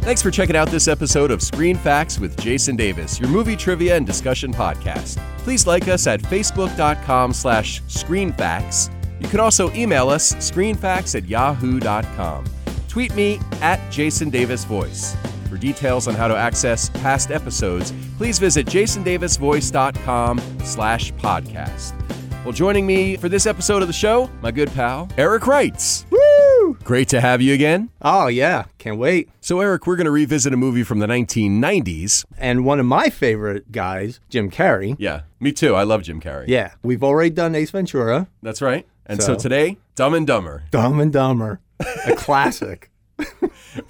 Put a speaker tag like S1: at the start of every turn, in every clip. S1: Thanks for checking out this episode of Screen Facts with Jason Davis, your movie trivia and discussion podcast. Please like us at facebook.com slash screenfacts. You can also email us screenfacts at yahoo.com. Tweet me at Jason Davis Voice. For details on how to access past episodes, please visit jasondavisvoice.com slash podcast. Well, joining me for this episode of the show, my good pal, Eric Wrights.
S2: Woo!
S1: Great to have you again.
S2: Oh, yeah. Can't wait.
S1: So, Eric, we're going to revisit a movie from the 1990s.
S2: And one of my favorite guys, Jim Carrey.
S1: Yeah, me too. I love Jim Carrey.
S2: Yeah. We've already done Ace Ventura,
S1: That's right. And so,
S2: So?
S1: today, Dumb and Dumber,
S2: Dumb and Dumber, a classic.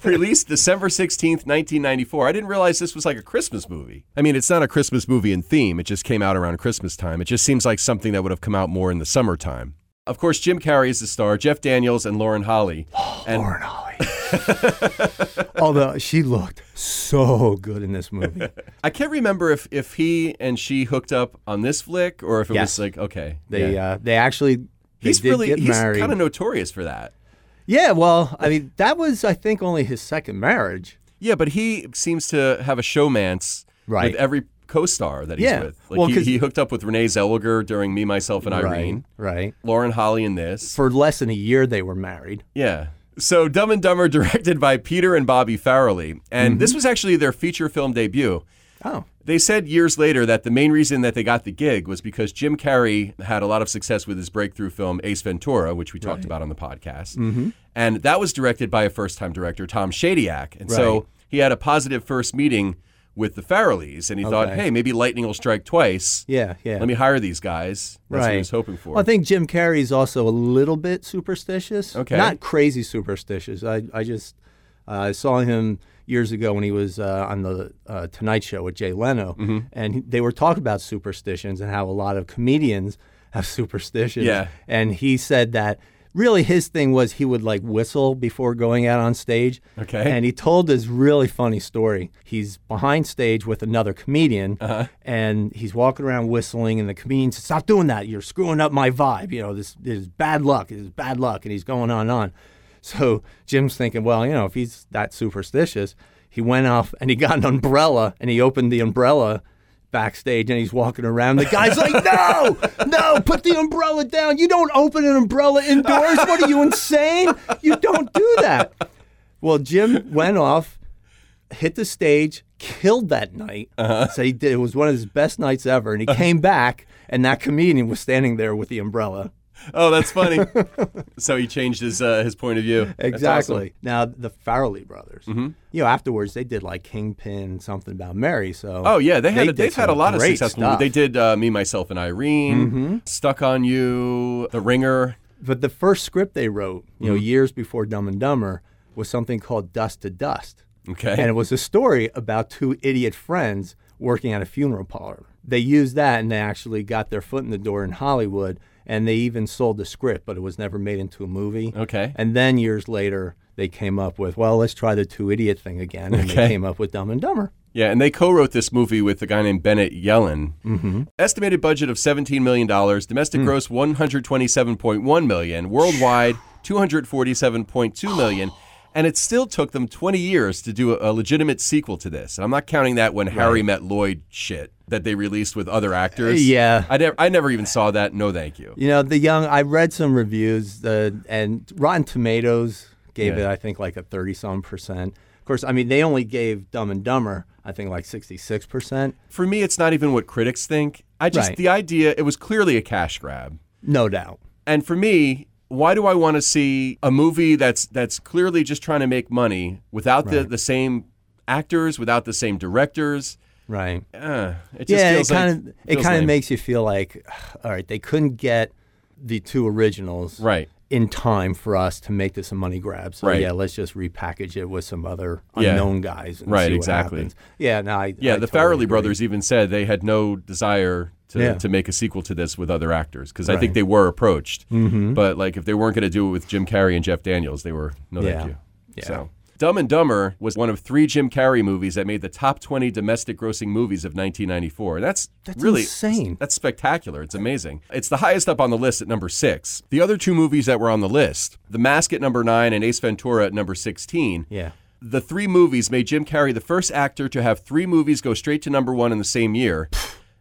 S1: released December 16th, 1994. I didn't realize this was like a Christmas movie. I mean, it's not a Christmas movie in theme, it just came out around Christmas time. It just seems like something that would have come out more in the summertime. Of course, Jim Carrey is the star, Jeff Daniels and Lauren Holly. And
S2: Lauren Holly. Although she looked so good in this movie.
S1: I can't remember if, if he and she hooked up on this flick or if it was
S2: Yes.
S1: like, okay.
S2: They
S1: yeah.
S2: uh, they actually they
S1: he's
S2: did
S1: really,
S2: get
S1: he's
S2: married.
S1: kind of notorious for that.
S2: yeah, well, I mean, that was I think only his second marriage.
S1: Yeah, but he seems to have a showmance
S2: Right.
S1: with every co-star that he's
S2: Yeah.
S1: with. Like
S2: Well,
S1: he,
S2: 'cause-
S1: he hooked up with Renee Zellweger during Me, Myself, and Irene.
S2: Right. Right.
S1: Lauren Holly in this.
S2: For less than a year they were married.
S1: Yeah. So Dumb and Dumber, directed by Peter and Bobby Farrelly, and
S2: Mm-hmm.
S1: this was actually their feature film debut.
S2: Oh.
S1: They said years later that the main reason that they got the gig was because Jim Carrey had a lot of success with his breakthrough film Ace Ventura, which we talked about on the podcast.
S2: Mm-hmm.
S1: And that was directed by a first time director, Tom Shadyac. And so he had a positive first meeting with the Farrellys, and he thought, hey, maybe lightning will strike twice.
S2: Oh, Yeah, yeah.
S1: Let me hire these guys. That's what he
S2: Right.
S1: was hoping for.
S2: Well, I think Jim Carrey's also a little bit superstitious.
S1: Okay.
S2: Not crazy superstitious. I, I just uh, saw him years ago when he was uh, on the uh, Tonight Show with Jay Leno,
S1: Mm-hmm.
S2: and he- they were talking about superstitions and how a lot of comedians have superstitions.
S1: Yeah.
S2: And he said that really his thing was he would like whistle before going out on stage.
S1: Okay.
S2: And he told this really funny story. He's behind stage with another comedian, and he's walking around whistling, and the comedian says, "Stop doing that! You're screwing up my vibe. You know this, this is bad luck. This is bad luck." And he's going on and on. So Jim's thinking, well, you know, if he's that superstitious, he went off and he got an umbrella and he opened the umbrella backstage and he's walking around. The guy's like, "No, no, put the umbrella down. You don't open an umbrella indoors. What are you insane? You don't do that." Well, Jim went off, hit the stage, killed that night.
S1: Uh-huh.
S2: So he did. It was one of his best nights ever, and he came back, and that comedian was standing there with the umbrella.
S1: oh, that's funny. so he changed his uh, his point of view. That's awesome. Mm-hmm.
S2: Exactly. Now the Farrelly brothers. You know, afterwards they did like Kingpin, something about Mary. So
S1: Oh yeah, they had
S2: they
S1: a, they've
S2: did
S1: had a
S2: some
S1: lot of
S2: great
S1: successful.
S2: stuff. Mm-hmm.
S1: They did uh, me, myself, and Irene, Stuck on You, The Ringer.
S2: But the first script they wrote, you
S1: Mm-hmm.
S2: know, years before Dumb and Dumber, was something called Dust to Dust.
S1: Okay,
S2: And it was a story about two idiot friends working at a funeral parlor. They used that and they actually got their foot in the door in Hollywood and they even sold the script, but it was never made into a movie.
S1: okay,
S2: And then years later, they came up with, well, let's try the two idiot thing again. And
S1: Okay.
S2: they came up with Dumb and Dumber.
S1: yeah. And they co-wrote this movie with a guy named Bennett Yellen. Mm-hmm. Estimated budget of seventeen million dollars. Domestic
S2: Hmm.
S1: gross one hundred twenty-seven point one million. Worldwide two hundred forty-seven point two million. And it still took them 20 years to do a a legitimate sequel to this. And I'm not counting that when Harry met Lloyd shit that they released with other actors.
S2: Yeah.
S1: I, never, I never even saw that. No, thank you.
S2: You know, the young, I read some reviews uh, and Rotten Tomatoes gave
S1: Yeah.
S2: it, I think, like a 30 some percent. Of course, I mean, they only gave Dumb and Dumber, I think, like 66 percent.
S1: for me, it's not even what critics think. I just,
S2: Right.
S1: the idea, it was clearly a cash grab.
S2: No doubt.
S1: And for me, why do I want to see a movie that's that's clearly just trying to make money without the, the same actors, without the same directors?
S2: Right.
S1: Uh, it just
S2: yeah, it
S1: feels like-
S2: kind of it
S1: feels
S2: kind of
S1: lame.
S2: makes you feel like, all right, they couldn't get the two originals
S1: right.
S2: in time for us to make this a money grab. So
S1: Right.
S2: yeah, let's just repackage it with some other
S1: Yeah.
S2: unknown guys. And
S1: Right,
S2: see what
S1: exactly.
S2: happens. Yeah, no, I,
S1: Yeah,
S2: I
S1: the
S2: totally
S1: Farrelly
S2: agree.
S1: brothers even said they had no desire to,
S2: Yeah.
S1: to make a sequel to this with other actors because I think they were approached.
S2: Mm-hmm.
S1: But like if they weren't going to do it with Jim Carrey and Jeff Daniels, they were no
S2: Yeah.
S1: thank you. So Dumb and Dumber was one of three Jim Carrey movies that made the top 20 domestic grossing movies of 1994. And that's,
S2: That's
S1: really
S2: insane.
S1: That's spectacular. It's amazing. It's the highest up on the list at number six. The other two movies that were on the list, The Mask at number nine and Ace Ventura at number 16,
S2: Yeah.
S1: the three movies made Jim Carrey the first actor to have three movies go straight to number one in the same year.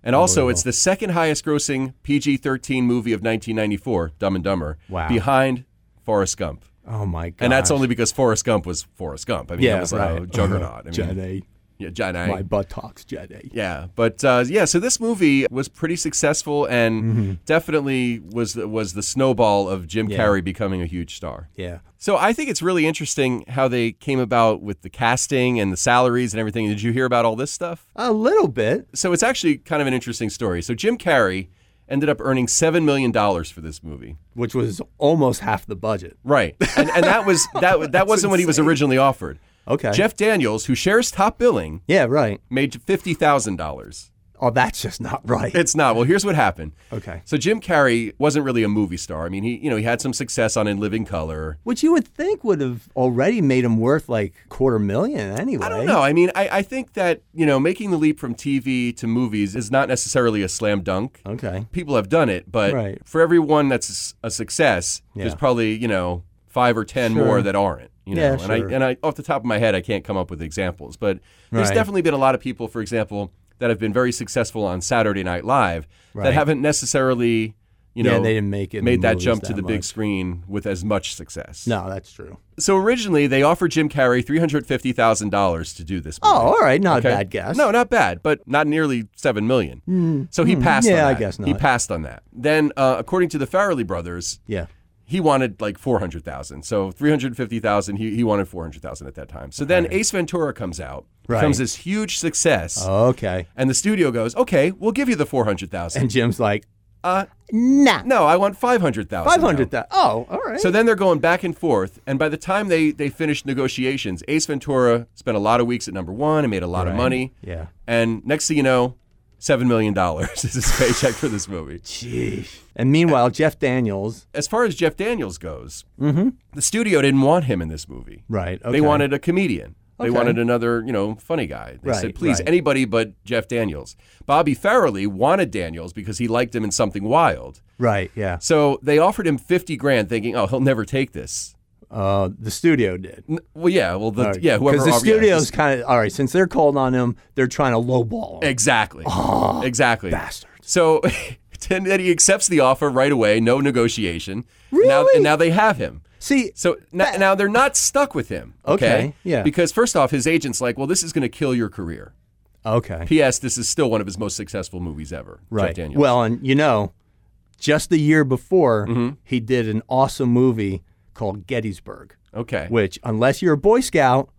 S1: And also, it's the second highest grossing PG 13 movie of 1994, Dumb and Dumber,
S2: Wow.
S1: behind Forrest Gump.
S2: Oh my god!
S1: And that's only because Forrest Gump was Forrest Gump. I mean,
S2: yeah,
S1: that was
S2: right.
S1: like a juggernaut. I mean,
S2: Jet A.
S1: Yeah, John
S2: My buttocks, Jet A.
S1: yeah, but uh, yeah, so this movie was pretty successful and
S2: Mm-hmm.
S1: definitely was the, was the snowball of Jim Carrey becoming a huge star.
S2: Yeah.
S1: So I think it's really interesting how they came about with the casting and the salaries and everything. Did you hear about all this stuff?
S2: A little bit.
S1: So it's actually kind of an interesting story. So Jim Carrey ended up earning seven million dollars for this movie.
S2: which was almost half the budget.
S1: Right, and, and that was that that wasn't what he was originally offered.
S2: Okay.
S1: Jeff Daniels, who shares top billing,
S2: Yeah, right.
S1: made fifty thousand dollars.
S2: Oh, that's just not right.
S1: It's not. Well, here's what happened.
S2: Okay.
S1: So Jim Carrey wasn't really a movie star. I mean, he you know he had some success on In Living Color.
S2: Which you would think would have already made him worth like quarter million anyway.
S1: I don't know. I mean, I, I think that you know making the leap from TV to movies is not necessarily a slam dunk.
S2: Okay.
S1: People have done it, but
S2: Right.
S1: for everyone that's a success, there's
S2: Yeah.
S1: probably you know five or ten
S2: Sure.
S1: more that aren't. You know,
S2: Yeah,
S1: and I
S2: sure.
S1: and I off the top of my head, I can't come up with examples, but there's
S2: Right.
S1: definitely been a lot of people, for example, that have been very successful on Saturday Night Live that
S2: Right.
S1: haven't necessarily. You
S2: Yeah,
S1: know,
S2: they didn't make it in
S1: Made
S2: the
S1: that
S2: movies
S1: jump to
S2: that
S1: the big
S2: much.
S1: screen with as much success.
S2: No, that's true.
S1: So originally, they offered Jim Carrey three hundred fifty thousand dollars to do this. Movie.
S2: Oh, all right. Not
S1: Okay.
S2: a bad guess. Hmm.
S1: No, not bad, but not nearly seven million. So he passed. on
S2: Yeah, I
S1: that.
S2: guess
S1: He
S2: not.
S1: passed on that. Then, uh, according to the Farrelly brothers,
S2: Yeah.
S1: he wanted like four hundred thousand. So three hundred fifty thousand. He he wanted four hundred thousand at that time. So then Ace Ventura comes out,
S2: Right. Oh.
S1: becomes this huge success,
S2: Okay.
S1: and the studio goes, "Okay, we'll give you the four hundred thousand.
S2: And Jim's like,
S1: Uh,
S2: nah.
S1: no, I want five hundred thousand.
S2: Five hundred thousand. Oh, all right.
S1: So then they're going back and forth, and by the time they they finished negotiations, Ace Ventura spent a lot of weeks at number one and made a lot of money.
S2: yeah.
S1: And next thing you know, seven million dollars is his paycheck for this movie.
S2: Jeez. And meanwhile, Jeff Daniels.
S1: As far as Jeff Daniels goes, the studio didn't want him in this movie.
S2: Mm-hmm. Right. Okay.
S1: They wanted a comedian. They
S2: Okay.
S1: wanted another, you know, funny guy. They said,
S2: Right,
S1: please,
S2: right.
S1: anybody but Jeff Daniels. Bobby Farrelly wanted Daniels because he liked him in Something Wild.
S2: Right. Yeah.
S1: So they offered him 50 grand thinking, oh, he'll never take this.
S2: Uh, the studio did.
S1: N- Well, yeah, well, the, yeah, whoever.
S2: Because the
S1: offered- yeah,
S2: studio's kind of all right. Since they're called on him, they're trying to lowball him.
S1: Exactly. exactly.
S2: Ah, Bastards.
S1: So and then he accepts the offer right away, no negotiation. Really? Now, and now they have him.
S2: See,
S1: So now, now they're not stuck with him. Okay?
S2: Okay, yeah.
S1: Because first off, his agent's like, well, this is going to kill your career.
S2: okay.
S1: P.S. This is still one of his most successful movies ever. Jeff
S2: Right.
S1: Daniels.
S2: Well, and you know, just the year before,
S1: Mm-hmm.
S2: he did an awesome movie called Gettysburg,
S1: okay.
S2: which, unless you're a Boy Scout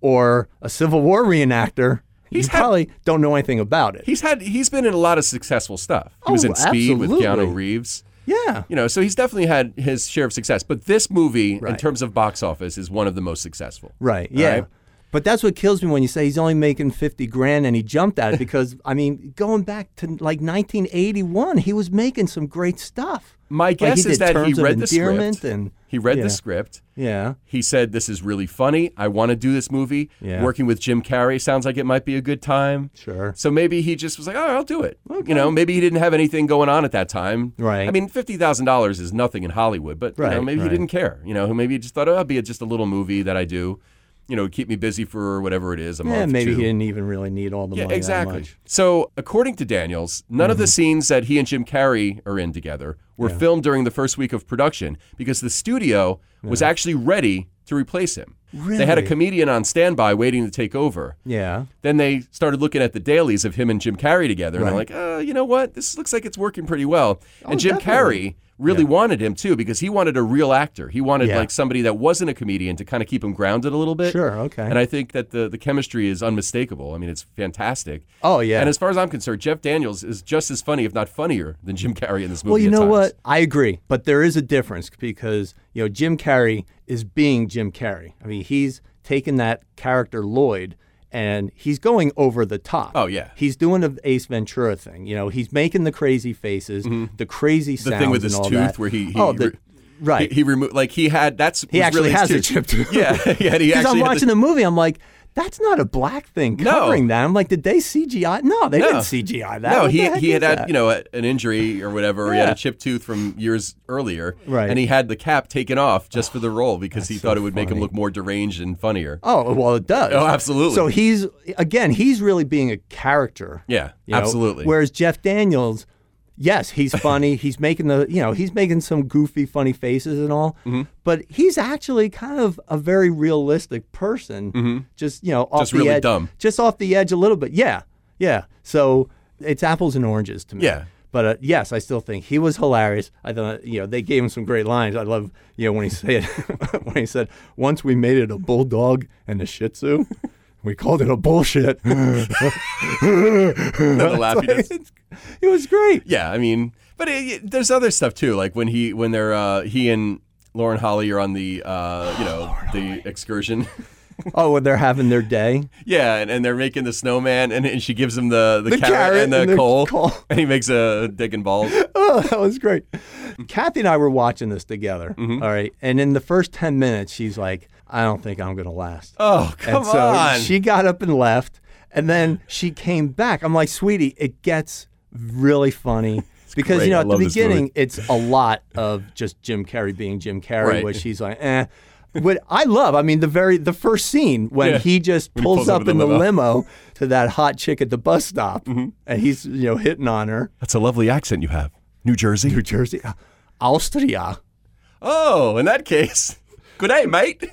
S2: or a Civil War reenactor,
S1: He's
S2: you
S1: had-
S2: probably don't know anything about it.
S1: He's had he's been in a lot of successful stuff. He was
S2: Oh,
S1: in Speed with Keanu
S2: absolutely.
S1: Reeves.
S2: yeah.
S1: You know, so he's definitely had his share of success. But this movie, in terms of box office, is one of the most successful.
S2: Right. Yeah.
S1: right.
S2: But that's what kills me when you say he's only making 50 grand and he jumped at it because, I mean, going back to like 1981, he was making some great stuff.
S1: My
S2: Like,
S1: guess
S2: he
S1: is
S2: did
S1: that he
S2: Terms of
S1: read the
S2: Endearment
S1: script.
S2: And,
S1: He read
S2: yeah.
S1: the script.
S2: Yeah.
S1: He said, "This is really funny. I want to do this movie.
S2: Yeah.
S1: Working with Jim Carrey sounds like it might be a good time."
S2: Sure.
S1: So maybe he just was like, "All right, I'll do it." You know, maybe he didn't have anything going on at that time.
S2: Right.
S1: I mean, fifty thousand dollars is nothing in Hollywood, but you know,
S2: Right,
S1: maybe he
S2: right.
S1: didn't care. You know, maybe he just thought, "Oh, it'll be just a little movie that I do." You know, keep me busy for whatever it is a
S2: Yeah,
S1: month.
S2: maybe
S1: two.
S2: he didn't even really need all the
S1: Yeah,
S2: money. that
S1: exactly.
S2: much. Mm-hmm.
S1: So, according to Daniels, none of the scenes that he and Jim Carrey are in together were filmed during the first week of production because the studio was actually ready to replace him. They had a
S2: Really?
S1: comedian on standby waiting to take over.
S2: Yeah.
S1: Then they started looking at the dailies of him and Jim Carrey together, and they're like, uh, you know what? This looks like it's working pretty well. and Jim Carrey
S2: Oh,
S1: really
S2: definitely.
S1: wanted him too because he wanted a real actor. He wanted
S2: Yeah.
S1: like somebody that wasn't a comedian to kind of keep him grounded a little bit.
S2: Sure, okay.
S1: And I think that the the chemistry is unmistakable. I mean, it's fantastic.
S2: Oh, yeah.
S1: And as far as I'm concerned, Jeff Daniels is just as funny, if not funnier, than Jim Carrey in this movie.
S2: well, you
S1: at
S2: know
S1: times.
S2: what? I agree, but there is a difference because you know Jim Carrey is being Jim Carrey. I mean, he's taken that character Lloyd and he's going over the top.
S1: Oh, yeah.
S2: He's doing the Ace Ventura thing. You know, he's making the crazy faces, the crazy sounds.
S1: Mm-hmm. The thing with
S2: and
S1: his
S2: all
S1: tooth,
S2: that.
S1: where he, he
S2: oh, the,
S1: re-
S2: right.
S1: he, he removed like he had that's
S2: He
S1: was
S2: actually
S1: really his
S2: has a
S1: tooth.
S2: chipped tooth.
S1: Yeah, yeah. He actually
S2: Because I'm
S1: had the-
S2: watching the movie, I'm like, That's not a black thing
S1: No.
S2: covering that. I'm like, did they CGI? No, they
S1: No.
S2: didn't CGI that.
S1: No,
S2: What
S1: he
S2: the heck
S1: he
S2: is
S1: had had
S2: that?
S1: you know a, an injury or whatever. He had
S2: Yeah.
S1: a chipped tooth from years earlier,
S2: Right. Ah,
S1: And he had the cap taken off just for the role because he thought it would make him
S2: funny.
S1: look more deranged and funnier.
S2: Oh well, it does.
S1: Oh, absolutely.
S2: So he's again, he's really being a character.
S1: Yeah,
S2: you know?
S1: absolutely.
S2: Whereas Jeff Daniels, yes, he's funny. he's making the you know he's making some goofy, funny faces and all.
S1: Mm-hmm.
S2: But he's actually kind of a very realistic person. Just you know,
S1: Mm-hmm.
S2: off
S1: Just
S2: the
S1: really
S2: edge,
S1: dumb.
S2: just off the edge a little bit. Yeah, yeah. So it's apples and oranges to me.
S1: Yeah.
S2: But uh, yes, I still think he was hilarious. I thought you know they gave him some great lines. I love you know when he said when he said once we made it a bulldog and a Shih Tzu, we called it a bullshit.
S1: And the laugh he does.
S2: it was great.
S1: Yeah, I mean, but it, it- there's other stuff too, like when he when they're uh, he and Lauren Holly are on the uh, you know the excursion.
S2: Oh, when they're having their day.
S1: Yeah, and, and they're making the snowman, and, and she gives him the, the,
S2: The
S1: carrot,
S2: carrot
S1: and the
S2: and the
S1: coal,
S2: coal.
S1: and he makes a dick and balls.
S2: Oh, that was great. Kathy and I were watching this together. all right, and in the first ten minutes, she's like, "I don't think I'm gonna last."
S1: Oh come
S2: and so
S1: on!
S2: she got up and left, and then she came back. I'm like, sweetie, it gets really funny. Because
S1: great.
S2: you know
S1: I
S2: at the
S1: love this movie.
S2: beginning it's a lot of just Jim Carrey being Jim Carrey,
S1: Right.
S2: where she's like, "eh." What I love, I mean, the very the first scene when
S1: Yeah.
S2: he just
S1: he
S2: pulls,
S1: pulls
S2: up
S1: over the
S2: in the
S1: limo. Mm-hmm.
S2: limo to that hot chick at the bus stop, and he's you know hitting on her,
S1: That's a lovely accent you have, New Jersey.
S2: New Jersey, uh, Austria.
S1: Oh, in that case, good day, mate.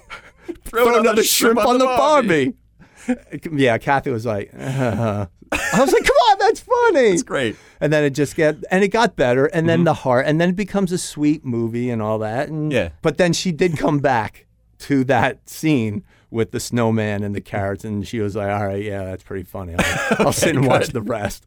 S1: Throw,
S2: Put another shrimp on the Barbie. Yeah, Kathy was like, uh. I was like, come on, that's funny.
S1: It's great.
S2: and then it just get and it got better and then the heart and then it becomes a sweet movie and all that and
S1: Yeah.
S2: but then she did come back to that scene with the snowman and the carrots and she was like all right yeah that's pretty funny i'll, I'll sit and watch the rest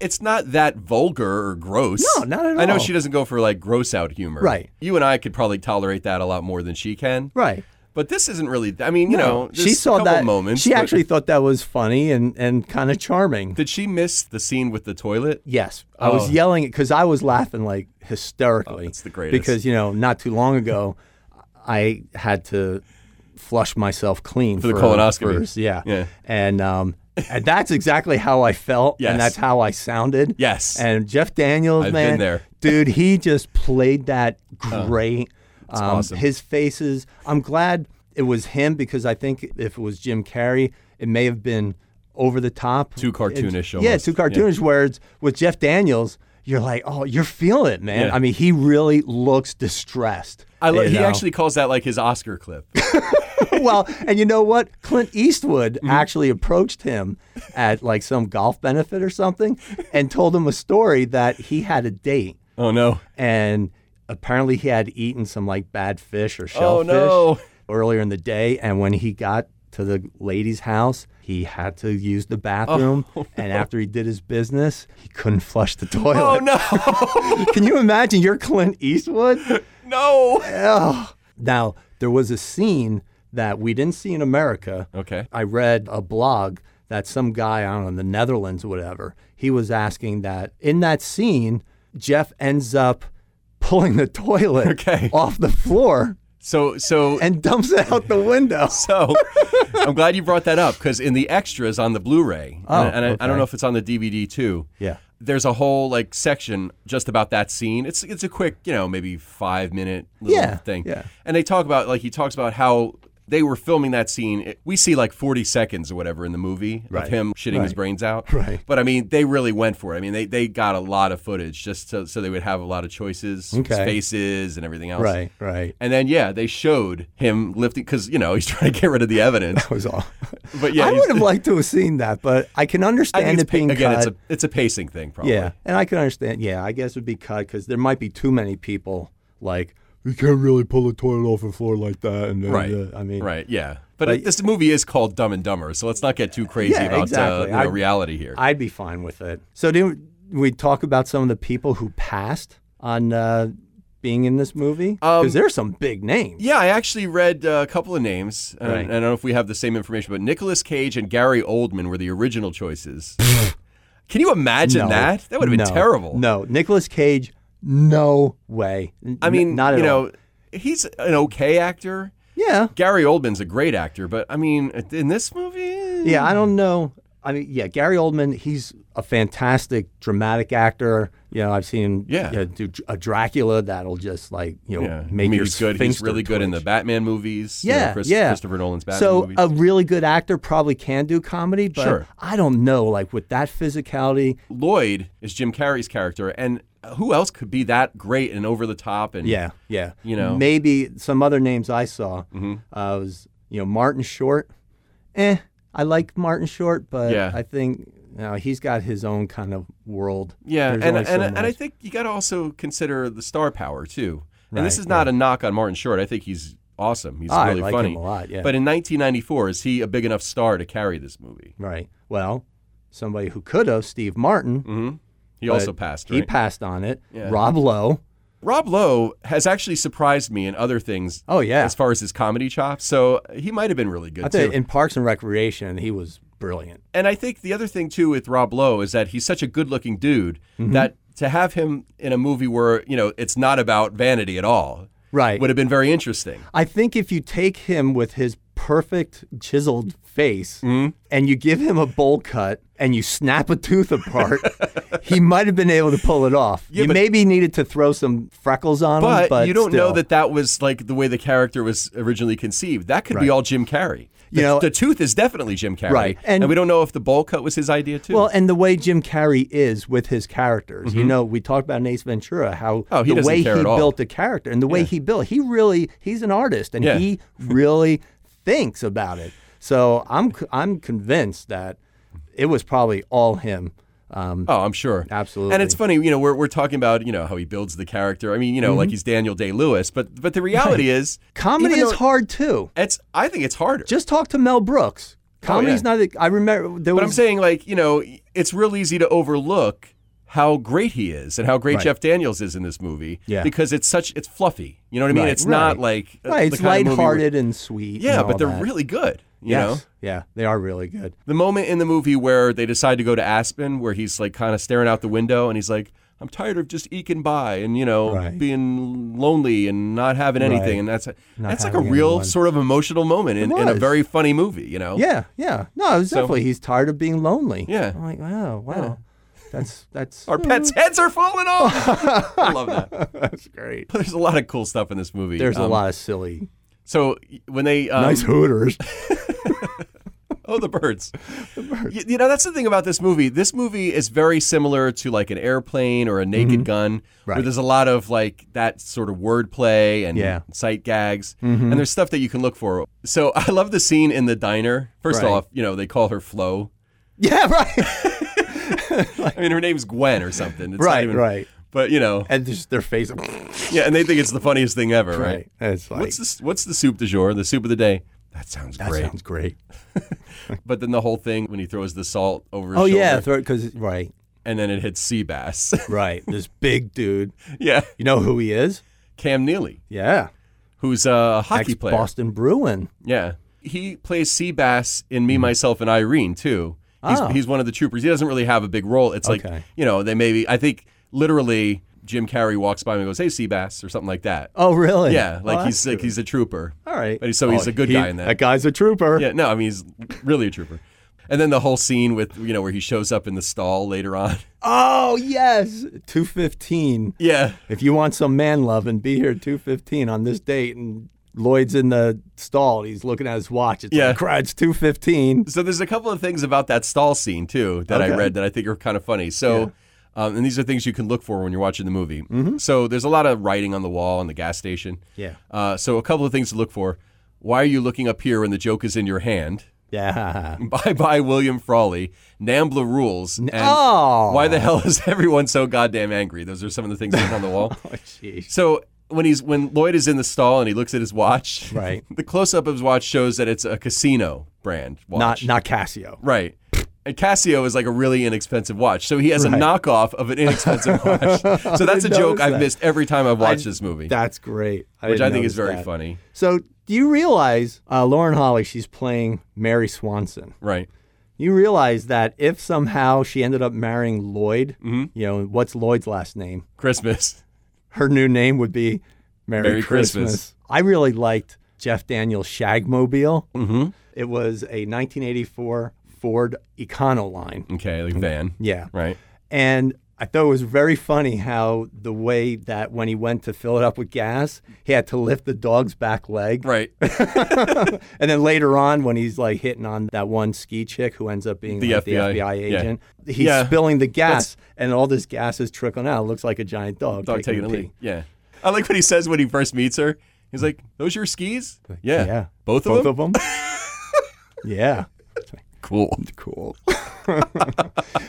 S1: It's not that vulgar or gross.
S2: No, not at
S1: I know
S2: all.
S1: she doesn't go for like gross out humor.
S2: Right.
S1: You and I could probably tolerate that a lot more than she can.
S2: right
S1: But this isn't really. I mean, you know,
S2: she
S1: there's a
S2: saw
S1: couple
S2: that
S1: moments.
S2: she
S1: but-
S2: actually thought that was funny and and kind of charming
S1: did. She miss the scene with the toilet.
S2: Yes, I was
S1: Oh.
S2: yelling it because I was laughing like hysterically.
S1: that's the greatest.
S2: Because you know, not too long ago, I had to flush myself clean for,
S1: the colonoscopy.
S2: for- yeah,
S1: Yeah.
S2: and um, and that's exactly how I felt,
S1: Yes.
S2: and that's how I sounded.
S1: Yes.
S2: and Jeff Daniels,
S1: I've
S2: man,
S1: been there. Oh,
S2: dude, he just played that great. um,
S1: awesome.
S2: His faces. I'm glad it was him because I think if it was Jim Carrey, it may have been over the top,
S1: Too cartoonish
S2: Yeah,
S1: almost.
S2: too cartoonish. Whereas with Jeff Daniels, you're like, oh, you're feeling it, man.
S1: Yeah.
S2: I mean, he really looks distressed.
S1: I lo-
S2: you
S1: he
S2: know?
S1: actually calls that like his Oscar clip.
S2: well, and you know what? Clint Eastwood
S1: Mm-hmm.
S2: actually approached him at like some golf benefit or something, and told him a story that he had a date
S1: oh no!
S2: and apparently he had eaten some like bad fish or
S1: Oh,
S2: shellfish
S1: no.
S2: earlier in the day and when he got to the lady's house he had to use the bathroom and after he did his business he couldn't flush the
S1: Oh
S2: toilet
S1: no!
S2: can you imagine you're clint eastwood
S1: no!
S2: Ugh. now there was a scene that we didn't see in america
S1: Okay.
S2: I read a blog that some guy, I don't know, in the Netherlands or whatever, he was asking that in that scene, Jeff ends up pulling the toilet
S1: Okay.
S2: off the floor
S1: So so
S2: and dumps it out the window.
S1: So I'm glad you brought that up because in the extras on the Blu-ray,
S2: Oh,
S1: and, and I, I don't
S2: okay.
S1: know if it's on the DVD too.
S2: Yeah.
S1: There's a whole like section just about that scene. It's it's a quick, you know, maybe five minute little
S2: Yeah,
S1: thing.
S2: yeah.
S1: And they talk about like he talks about how they were filming that scene. It- We see like 40 seconds or whatever in the movie
S2: Right.
S1: of him shitting his brains out.
S2: Right.
S1: But I mean, they really went for it. I mean, they, they got a lot of footage just so, so they would have a lot of choices, his
S2: Okay.
S1: faces, and everything else.
S2: Right, right.
S1: And then yeah, they showed him lifting because you know he's trying to get rid of the evidence.
S2: That was all.
S1: But yeah,
S2: I
S1: he's-
S2: would have liked to have seen that, but I can
S1: I think
S2: understand
S1: it's
S2: it
S1: pa-
S2: being
S1: again, it's
S2: cut.
S1: a it's a pacing thing, probably.
S2: yeah, and I can understand. Yeah, I guess it would be cut because there might be too many people like you can't really pull the toilet off the floor like that. And uh,
S1: Right.
S2: uh, I mean,
S1: Right. Yeah. But, it- this movie is called Dumb and Dumber, so let's not get too crazy
S2: Yeah,
S1: about uh,
S2: exactly.
S1: you know,
S2: I-
S1: reality here.
S2: I'd be fine with it. So did we talk about some of the people who passed on uh, being in this movie?
S1: Um,
S2: Because there's some big names.
S1: yeah, I actually read uh, a couple of names. and
S2: Right.
S1: I don't know if we have the same information, but Nicolas Cage and Gary Oldman were the original choices. Can you imagine
S2: No,
S1: that? That would have been
S2: no,
S1: terrible.
S2: No, Nicolas Cage, no way. N-
S1: I mean,
S2: not at
S1: you
S2: all.
S1: know, he's an okay actor.
S2: Yeah.
S1: Gary Oldman's a great actor, but I mean, in this movie,
S2: Yeah, I don't know. I mean, yeah, Gary Oldman, he's a fantastic dramatic actor. You know, I've seen him
S1: Yeah.
S2: you know, do a Dracula that'll just like, you know,
S1: yeah,
S2: make
S1: I mean,
S2: your
S1: he's good. He's
S2: sphincter
S1: really good in the
S2: twitch.
S1: Batman movies. you know,
S2: Yeah,
S1: Chris-
S2: yeah.
S1: Christopher Nolan's Batman
S2: so uh,
S1: movies.
S2: a really good actor probably can do comedy, but
S1: Sure.
S2: I don't know. Like with that physicality,
S1: Lloyd is Jim Carrey's character, and who else could be that great and over the top? And
S2: yeah, yeah.
S1: You know. Mm-hmm.
S2: maybe some other names I saw uh, was you know Martin Short. Eh, I like Martin Short, but
S1: Yeah.
S2: I think you know, he's got his own kind of world.
S1: Yeah,
S2: There's
S1: and
S2: only
S1: and,
S2: so
S1: and I
S2: much.
S1: think you got to also consider the star power too. And this
S2: Right,
S1: is not a knock on Martin Short. I think he's awesome. He's
S2: Oh, I
S1: really
S2: like
S1: funny.
S2: him a lot, yeah.
S1: But in 1994, is he a big enough star to carry this movie?
S2: right. Well, somebody who could have Steve Martin.
S1: He
S2: but
S1: also passed. Right?
S2: He passed on it.
S1: Yeah.
S2: Rob Lowe.
S1: Rob Lowe has actually surprised me in other things.
S2: Oh yeah,
S1: As far as his comedy chops, so he might have been really good
S2: I
S1: too.
S2: think in Parks and Recreation he was brilliant.
S1: and I think the other thing too with Rob Lowe is that he's such a good-looking dude
S2: Mm-hmm.
S1: that to have him in a movie where you know it's not about vanity at all
S2: Right.
S1: would have been very interesting.
S2: I think if you take him with his perfect chiseled face
S1: Mm-hmm.
S2: and you give him a bowl cut and you snap a tooth apart, he might have been able to pull it off. you
S1: but-
S2: maybe needed to throw some freckles on him,
S1: But,
S2: but
S1: you don't know
S2: still.
S1: that that was like the way the character was originally conceived. That could be all Jim Carrey. The,
S2: You know-
S1: the tooth is definitely Jim Carrey,
S2: Right,
S1: And,
S2: and-
S1: we don't know if the bowl cut was his idea too. Mm-hmm.
S2: Well, and the way Jim Carrey is with his characters, you know, we talked about in Ace Ventura how
S1: Oh, he
S2: the
S1: doesn't
S2: way
S1: care
S2: he
S1: at all.
S2: built the character and the way he built, he really he's an artist and
S1: Yeah.
S2: he really thinks about it. So I'm c- I'm convinced that it was probably all him. Um,
S1: oh, I'm sure.
S2: Absolutely.
S1: And it's funny, you know, we're, we're talking about you know how he builds the character. I mean, you know,
S2: Mm-hmm.
S1: like he's Daniel Day Lewis, but but the reality is
S2: Comedy
S1: even
S2: is
S1: though
S2: hard too.
S1: It's I think it's harder.
S2: Just talk to Mel Brooks. Comedy's not. I remember there
S1: Oh, But I'm
S2: was
S1: saying, like, you know, it's real easy to overlook how great he is and how great Jeff Daniels is in this movie.
S2: Yeah.
S1: Because it's such, it's fluffy. You know what I mean?
S2: Right,
S1: It's not
S2: right.
S1: like uh,
S2: right,
S1: the
S2: it's
S1: kind of movie where-
S2: lighthearted and sweet.
S1: yeah,
S2: and all
S1: but they're
S2: that.
S1: really good. You
S2: Yes.
S1: know,
S2: Yeah, they are really good.
S1: the moment in the movie where they decide to go to Aspen, where he's like kind of staring out the window and he's like. I'm tired of just eking by and you know
S2: Right.
S1: being lonely and not having anything,
S2: Right.
S1: and that's that's like a
S2: having
S1: real
S2: anyone.
S1: sort of emotional moment in, in a
S2: was.
S1: very funny movie, you know.
S2: Yeah, yeah. No, it was definitely he's tired of being lonely.
S1: Oh. Yeah.
S2: I'm like, wow, wow. That's that's
S1: Our pets' heads are falling off. I love that.
S2: that's great.
S1: There's a lot of cool stuff in this movie.
S2: There's a
S1: Um,
S2: lot of silly
S1: So when they um,
S2: nice hooters.
S1: oh the birds, You, you know that's the thing about this movie. This movie is very similar to like an airplane or a Naked Gun, where
S2: Mm-hmm. Right.
S1: there's a lot of like that sort of wordplay and
S2: Yeah. Mm-hmm.
S1: sight gags, and there's stuff that you can look for. So I love the scene in the diner. First
S2: Right.
S1: off, you know they call her Flo.
S2: yeah, right.
S1: I mean her name's Gwen or something. It's not
S2: Right,
S1: even-
S2: right.
S1: But you know,
S2: And just their face.
S1: yeah, and they think it's the funniest thing ever, right?
S2: right. It's like
S1: What's the what's the soup du jour? The soup of the day. That sounds
S2: that
S1: great.
S2: sounds great.
S1: But then the whole thing when he throws the salt over his
S2: Oh
S1: shoulder.
S2: yeah, because right,
S1: and then it hits sea bass.
S2: right. This big dude.
S1: yeah,
S2: You know who he is?
S1: Cam Neely,
S2: Yeah.
S1: who's a hockey player.
S2: Boston Bruin.
S1: Yeah, he plays sea bass in Me, Myself, and Irene too. He's,
S2: Hmm. Oh.
S1: he's one of the troopers. He doesn't really have a big role. It's like
S2: Okay.
S1: you know they maybe I think literally Jim Carrey walks by him and goes, "Hey, sea bass," or something like that.
S2: Oh, really?
S1: Yeah, like
S2: Oh,
S1: he's
S2: that's
S1: like he's a trooper.
S2: good. all right. Oh,
S1: but he's- so he's a good guy in that.
S2: That guy's a trooper.
S1: Yeah, no, I mean he's really a trooper. And then the whole scene with you know where he shows up in the stall later on.
S2: Oh yes, two fifteen.
S1: Yeah,
S2: If you want some man love and be here at 2.15 on this date and Lloyd's in the stall and he's looking at his watch. It's
S1: Yeah.
S2: like, crud, it's 2.15.
S1: So there's a couple of things about that stall scene too that I
S2: Okay.
S1: read that I think are kind of funny. So, um, and these are things you can look for when you're watching the movie. So there's a lot of writing on the wall on the gas station.
S2: Mm-hmm. Yeah.
S1: Uh, so a couple of things to look for. Why are you looking up here when the joke is in your hand?
S2: Yeah.
S1: Bye bye, William Frawley. Nambla rules. And
S2: oh.
S1: Why the hell is everyone so goddamn angry? Those are some of the things written on the wall.
S2: Oh, jeez.
S1: So when he's when Lloyd is in the stall and he looks at his watch,
S2: Right.
S1: the close up of his watch shows that it's a casino brand watch.
S2: Not, not Casio.
S1: Right. And Casio is like a really inexpensive watch. So he has a
S2: Right.
S1: knockoff of an inexpensive watch. So that's a
S2: didn't
S1: joke
S2: notice
S1: I've
S2: that.
S1: missed every time I've watched this movie,
S2: That's great.
S1: which
S2: didn't
S1: I think is
S2: notice
S1: very
S2: that.
S1: funny.
S2: So do you realize uh, Lauren Holly, she's playing Mary Swanson.
S1: Right.
S2: You realize that if somehow she ended up marrying Lloyd,
S1: Mm-hmm.
S2: you know, what's Lloyd's last name?
S1: Christmas.
S2: her new name would be Merry,
S1: Merry Christmas.
S2: Christmas. I really liked Jeff Daniels Shagmobile. Mm-hmm. It was a 1984 Ford Econoline.
S1: Okay, like van.
S2: Yeah.
S1: Right.
S2: And I thought it was very funny how the way that when he went to fill it up with gas, he had to lift the dog's back leg.
S1: Right.
S2: And then later on, when he's like hitting on that one ski chick who ends up being
S1: The
S2: like, the
S1: FBI.
S2: FBI
S1: Yeah.
S2: agent, he's
S1: Yeah.
S2: spilling the gas and all this gas is trickling out. It looks like a giant dog.
S1: Dog taking a
S2: pee.
S1: leak. Yeah. I like what he says when he first meets her. He's like, "Those your skis? Yeah.
S2: Yeah.
S1: Both of
S2: Both
S1: them.
S2: of them. yeah.
S1: cool.
S2: Cool.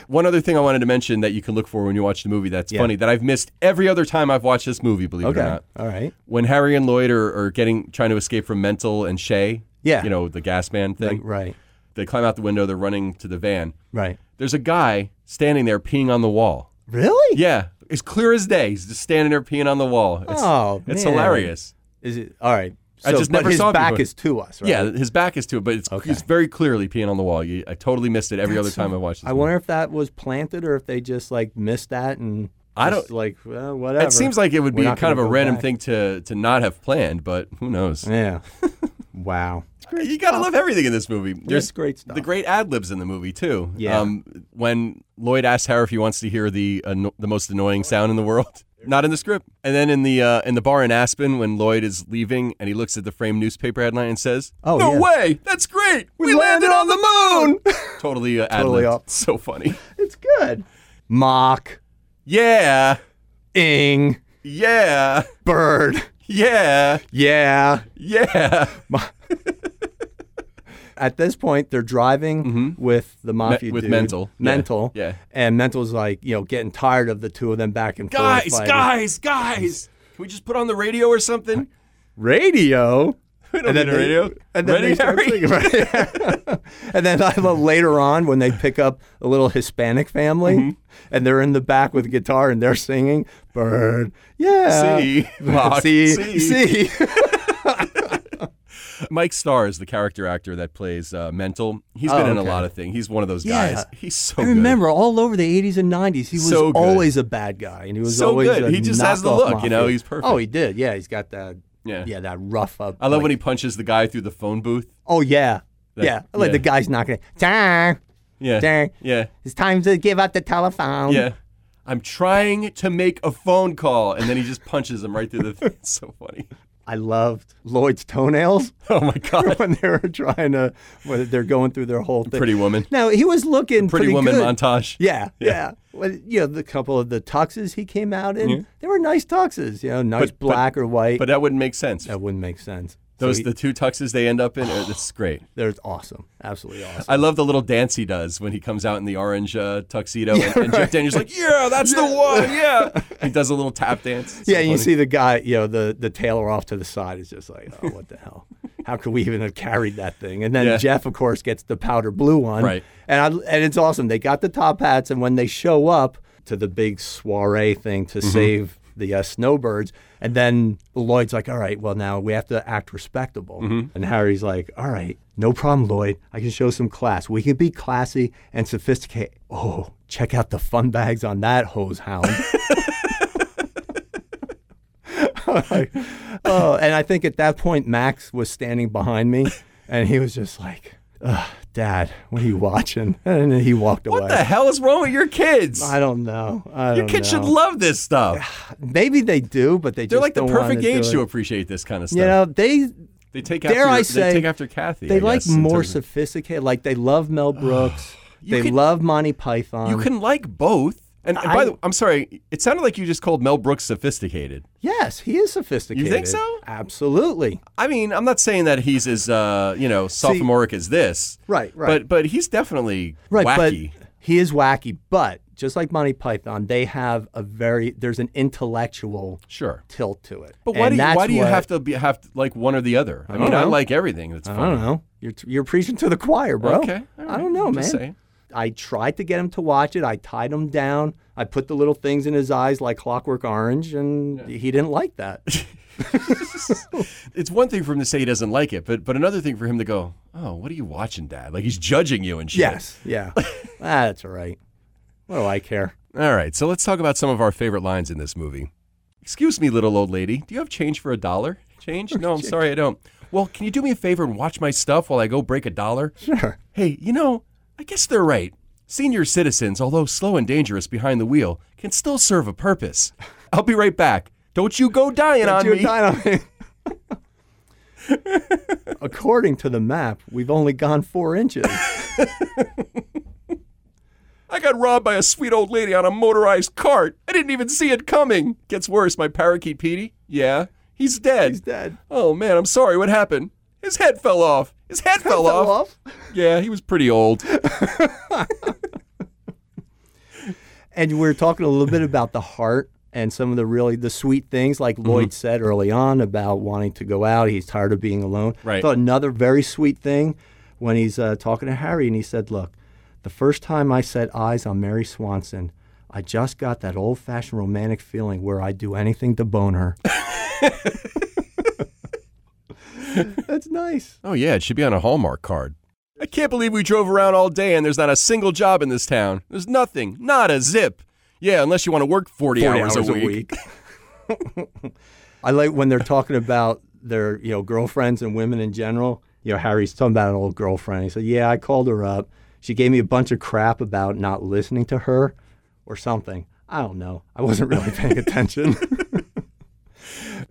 S1: One other thing I wanted to mention that you can look for when you watch the movie that's funny that I've missed every other time I've watched this movie, believe it or
S2: Okay.
S1: not.
S2: All right.
S1: When Harry and Lloyd are, are getting trying to escape from Mental and Shay,
S2: Yeah.
S1: you know, the gas man thing.
S2: Right.
S1: They climb out the window, they're running to the van.
S2: Right.
S1: There's a guy standing there peeing on the wall.
S2: Really?
S1: Yeah. It's clear as day. He's just standing there peeing on the wall. It's,
S2: Oh,
S1: it's
S2: man.
S1: hilarious.
S2: Is it all right?
S1: I
S2: So-
S1: just
S2: but
S1: never
S2: his
S1: saw it
S2: back
S1: before.
S2: is to us, right?
S1: Yeah, his back is to it, but it's he's very clearly peeing on the wall. You, I totally missed it every other time I watched this.
S2: I wonder if that was planted or if they just like missed that and
S1: I
S2: just,
S1: don't-
S2: like well, whatever.
S1: it seems like it would
S2: We're
S1: be
S2: not
S1: kind of
S2: gonna
S1: a
S2: go
S1: random
S2: back.
S1: thing to to not have planned, but who knows?
S2: Yeah. wow.
S1: You gotta love everything in this movie.
S2: There's great stuff.
S1: the great ad libs in the movie too.
S2: Yeah.
S1: Um, when Lloyd asks Harry if he wants to hear the anno- the most annoying sound in the world, not in the script. And then in the uh, in the bar in Aspen, when Lloyd is leaving and he looks at the framed newspaper headline and says,
S2: Oh,
S1: no
S2: yeah.
S1: way! That's great! We, landed,
S2: landed
S1: on the moon!" totally uh, ad
S2: Totally
S1: libbed.
S2: up.
S1: So funny.
S2: It's good. Mock,
S1: Yeah,
S2: ing,
S1: yeah,
S2: bird.
S1: yeah,
S2: Yeah.
S1: yeah.
S2: At this point, they're driving with the mafia
S1: Mm-hmm. with
S2: dude,
S1: Mental. Yeah.
S2: Mental.
S1: Yeah.
S2: And Mental's like, you know, getting tired of the two of them back and forth.
S1: Guys,
S2: fighting.
S1: guys, guys! Can we just put on the radio or something?
S2: radio.
S1: We don't need a
S2: they-
S1: radio.
S2: And then,
S1: Ready,
S2: they start
S1: Harry?
S2: singing, right? and then I love later on when they pick up a little Hispanic family
S1: Mm-hmm.
S2: and they're in the back with a guitar and they're singing bird. Yeah.
S1: See, Mark,
S2: see,
S1: see.
S2: see.
S1: Mike Starr is the character actor that plays uh, Mental. He's been in a
S2: Oh, okay.
S1: lot of things. He's one of those
S2: Yeah.
S1: guys. He's so
S2: I
S1: Oh, good.
S2: remember all over the 80s and 90s, he was
S1: So good.
S2: always a bad guy, and he was
S1: So
S2: always
S1: good.
S2: A
S1: He just has the
S2: knockoff
S1: look, you
S2: mafia.
S1: know, he's perfect.
S2: Oh, he did. Yeah, he's got that.
S1: Yeah.
S2: Yeah, that rough up.
S1: I love when he punches the guy through the phone booth.
S2: Oh yeah,
S1: That-
S2: yeah. Like
S1: yeah.
S2: the guy's knocking. it. Time.
S1: Yeah.
S2: Dang.
S1: Yeah.
S2: It's time to give up the telephone.
S1: Yeah. I'm trying to make a phone call, and then he just punches him right through the. Th- it's so funny.
S2: I loved Lloyd's toenails
S1: Oh my god.
S2: when they were trying to, when they're going through their whole thing.
S1: Pretty woman.
S2: Now he was looking
S1: Pretty,
S2: pretty,
S1: woman
S2: good.
S1: montage.
S2: Yeah, yeah. Well, you know, the couple of the tuxes he came out in, they were nice tuxes. You know, nice
S1: But- but-
S2: black or white.
S1: But that wouldn't make sense.
S2: that wouldn't make sense. So
S1: Those
S2: he-
S1: the two tuxes they end up in. Are, that's great.
S2: They're awesome. Absolutely awesome.
S1: I love the little dance he does when he comes out in the orange uh, tuxedo, and, and Jeff Daniels like, "Yeah, that's the one. Yeah." He does a little tap dance. It's so
S2: yeah, you
S1: funny.
S2: see the guy, you know, the, the tailor off to the side is just like, oh, what the hell? How could we even have carried that thing? And then
S1: Yeah.
S2: Jeff, of course, gets the powder blue one.
S1: Right.
S2: And, I, and it's awesome. They got the top hats, and when they show up to the big soiree thing to
S1: Mm-hmm.
S2: save the uh, snowbirds, and then Lloyd's like, all right, well, now we have to act respectable.
S1: Mm-hmm.
S2: And Harry's like, all right, no problem, Lloyd. I can show some class. We can be classy and sophisticated. Oh, check out the fun bags on that hose hound. like, oh, and I think at that point Max was standing behind me, and he was just like, Ugh, "Dad, what are you watching?" And then he walked away.
S1: What the hell is wrong with your kids?
S2: I don't know. I
S1: Your
S2: don't
S1: kids should
S2: know.
S1: love this stuff.
S2: Maybe they do, but they
S1: They're
S2: just
S1: like the
S2: don't wanna
S1: perfect
S2: do
S1: age
S2: it.
S1: to appreciate this kind of stuff.
S2: You know, they
S1: they take after
S2: dare I
S1: your- they
S2: say,
S1: take after Kathy.
S2: they
S1: I
S2: like
S1: guess, in
S2: more
S1: terms of-
S2: sophisticated. Like they love Mel Brooks. they
S1: can-
S2: love Monty Python.
S1: you can like both. And, and by
S2: I-
S1: the way, I'm sorry, it sounded like you just called Mel Brooks sophisticated.
S2: yes, he is sophisticated.
S1: so?
S2: Absolutely.
S1: I mean, I'm not saying that he's as uh, you know sophomoric as this,
S2: Right, right.
S1: But but he's definitely
S2: right,
S1: wacky.
S2: but he is wacky. But just like Monty Python, they have a very there's an intellectual
S1: sure.
S2: tilt to it.
S1: But why
S2: And
S1: do you,
S2: that's
S1: why do you
S2: what-
S1: have to be have to, like one or the other? I, mean,
S2: don't
S1: I
S2: know.
S1: like everything. That's
S2: I
S1: funny.
S2: don't know. You're you're preaching to the choir, bro.
S1: Okay, all
S2: I
S1: right,
S2: don't know,
S1: I'm
S2: man.
S1: just saying.
S2: I tried to get him to watch it. I tied him down. I put the little things in his eyes like Clockwork Orange, and he didn't like that.
S1: It's one thing for him to say he doesn't like it, but but another thing for him to go, oh, what are you watching, Dad? Like he's judging you and shit.
S2: yes. Yeah. ah, that's all right. What do I care?
S1: All right, so let's talk about some of our favorite lines in Oh, this movie. Excuse me, little old lady, do you have change for a dollar? Change? No, I'm sorry, I don't. well, can you do me a favor and watch my stuff while I go break a dollar?
S2: Sure.
S1: Hey, you know, I guess they're right. Senior citizens, although slow and dangerous behind the wheel, can still serve a purpose. I'll be right back. Don't you go dying on
S2: You're
S1: me.
S2: dynamite. According to the map, we've only gone four inches.
S1: I got robbed by a sweet old lady on a motorized cart. I didn't even see it coming. Gets worse, my parakeet Petey. Yeah, he's dead.
S2: He's dead.
S1: Oh man, I'm sorry. What happened? His head fell off. His head fell, off. Yeah, he was pretty old.
S2: And we were talking a little bit about the heart and some of the really the sweet things, like Lloyd said early on about wanting to go out. He's tired of being alone.
S1: Right.
S2: Thought another very sweet thing when he's uh, talking to Harry, and he said, "Look, the first time I set eyes on Mary Swanson." I just got that old fashioned romantic feeling where I'd do anything to bone her. That's nice.
S1: Oh yeah, it should be on a Hallmark card. I can't believe we drove around all day and there's not a single job in this town. There's nothing, not a zip. Yeah, unless you want to work 40,
S2: 40 hours, a week. I like when they're talking about their, you know, girlfriends and women in general. You know, Harry's talking about an old girlfriend. He said, "Yeah, I called her up. She gave me a bunch of crap about not listening to her, or something. I don't know. I wasn't really paying attention."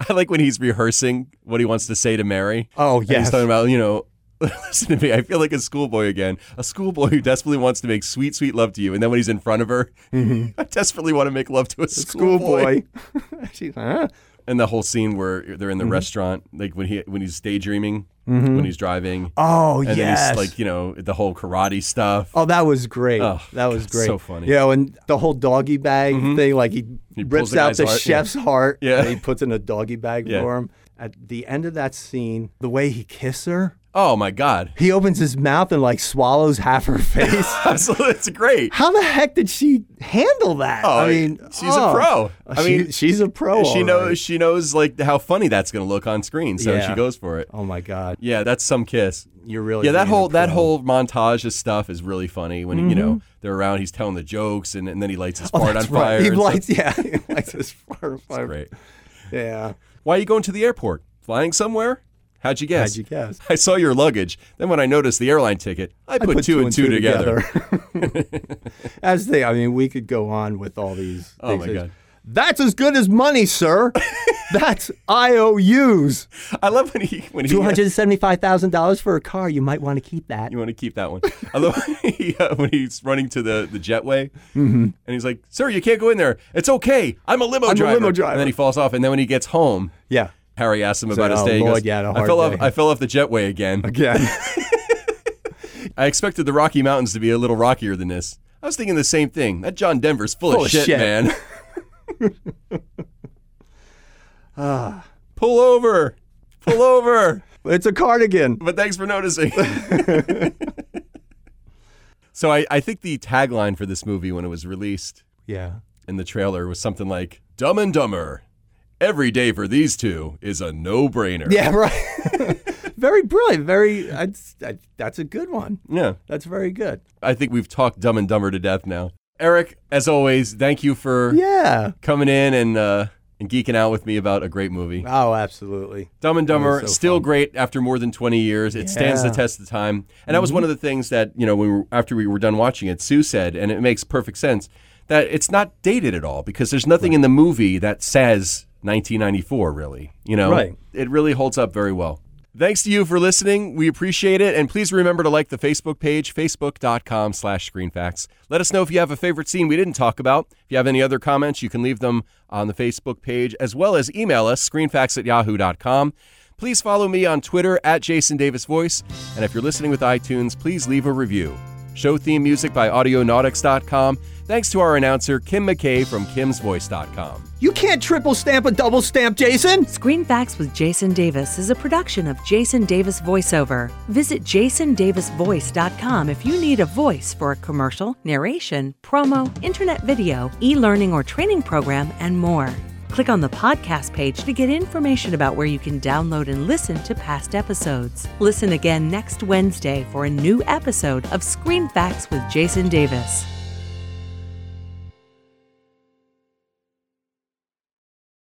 S1: I like when he's rehearsing what he wants to say to Mary.
S2: oh
S1: And He's
S2: yes,
S1: talking about, you know, listen to me. I feel like a schoolboy again. A schoolboy who desperately wants to make sweet, sweet love to you. And then when he's in front of her, I desperately want to make love to a schoolboy.
S2: Mm-hmm. schoolboy. She's like, huh?
S1: And the whole scene where they're in
S2: Mm-hmm.
S1: the restaurant, like when he when he's daydreaming, when he's driving.
S2: "Oh
S1: and
S2: Mm-hmm. yes."
S1: then he's like, you know, the whole karate stuff.
S2: Oh, that was great.
S1: Oh,
S2: that was
S1: God,
S2: great.
S1: so funny. Mm-hmm.
S2: You know, and the whole doggy bag thing, like he,
S1: pulls
S2: rips
S1: the guy's
S2: out the
S1: heart, yeah.
S2: chef's heart
S1: Yeah.
S2: and he puts in a doggy bag
S1: Yeah.
S2: for him. At the end of that scene, the way he kissed her,
S1: Oh my God.
S2: he opens his mouth and like swallows half her face.
S1: Absolutely. It's great.
S2: How the heck did she handle that?
S1: Oh,
S2: I mean,
S1: she's a
S2: oh.
S1: pro. I
S2: She-
S1: mean,
S2: she's a pro.
S1: she
S2: all
S1: knows
S2: right.
S1: she knows like how funny that's going to look on screen, so
S2: Yeah.
S1: she goes for it.
S2: Oh my God,
S1: Yeah, that's some kiss.
S2: you're really
S1: Yeah, that
S2: being a
S1: whole that
S2: pro.
S1: whole montage of stuff is really funny when you know they're around. He's telling the jokes, and, and then he lights his fart on
S2: Mm-hmm. Oh, That's right.
S1: fire.
S2: He
S1: and stuff.
S2: lights, yeah, he lights his fire. fire.
S1: Great.
S2: Yeah,
S1: Why are you going to the airport? Flying somewhere? How'd you guess?
S2: how'd you guess?
S1: I saw your luggage. Then when I noticed the airline ticket, I put, two, and two, together.
S2: That's the thing. I mean, we could go on with all these.
S1: Oh,
S2: things.
S1: my God.
S2: That's as good as money, sir. That's IOUs.
S1: I love when he when he
S2: Two hundred seventy-five thousand dollars for a car. You might want to keep that.
S1: You want to keep that one. I love when, he, uh, when he's running to the, the jetway and he's like, Sir, you can't go in there. It's okay. I'm a limo
S2: Mm-hmm. I'm a
S1: driver.
S2: limo driver.
S1: And then he falls off. And then when he gets home,
S2: Yeah.
S1: Harry asks him about
S2: like,
S1: his
S2: "Oh,
S1: day. He
S2: Lord,
S1: goes,
S2: you had a
S1: I
S2: hard
S1: fell
S2: day."
S1: off I fell off the jetway again.
S2: Again.
S1: I expected the Rocky Mountains to be a little rockier than this. I was thinking the same thing. That John Denver's full,
S2: Full
S1: of
S2: of
S1: shit,
S2: shit.
S1: man. Ah, Pull over. Pull over.
S2: it's a cardigan.
S1: but thanks for noticing. so I, I think the tagline for this movie when it was released
S2: Yeah.
S1: in the trailer was something like Dumb and Dumber. Every day for these two is a no brainer.
S2: Yeah. Right. very brilliant. Very. I'd, I, that's a good one.
S1: Yeah.
S2: That's very good.
S1: I think we've talked Dumb and Dumber to death now. Eric, as always, thank you for
S2: Yeah.
S1: coming in and uh, and geeking out with me about a great movie.
S2: Oh, absolutely.
S1: Dumb and Dumber
S2: so
S1: still great after more than 20 years. It stands the
S2: Yeah. Mm-hmm.
S1: test of time. And that was one of the things that, you know, we were, after we were done watching it, Sue said, and it makes perfect sense, that it's not dated at all because there's nothing in the movie that says 1994 really, you know.
S2: Right.
S1: It really holds up very well. Thanks to you for listening. We appreciate it. And please remember to like the Facebook page, facebook.com slash screenfacts. Let us know if you have a favorite scene we didn't talk about. If you have any other comments, you can leave them on the Facebook page as well as email us, screenfacts at yahoo.com. Please follow me on Twitter at Jason Davis Voice. And if you're listening with iTunes, please leave a review. Show theme music by audionautics.com. Thanks to our announcer, Kim McKay from kimsvoice.com.
S2: You can't triple stamp a double stamp, Jason.
S3: Screen Facts with Jason Davis is a production of Jason Davis VoiceOver. Visit jasondavisvoice.com if you need a voice for a commercial, narration, promo, internet video, e learning or training program, and more. Click on the podcast page to get information about where you can download and listen to past episodes. Listen again next Wednesday for a new episode of Screen Facts with Jason Davis.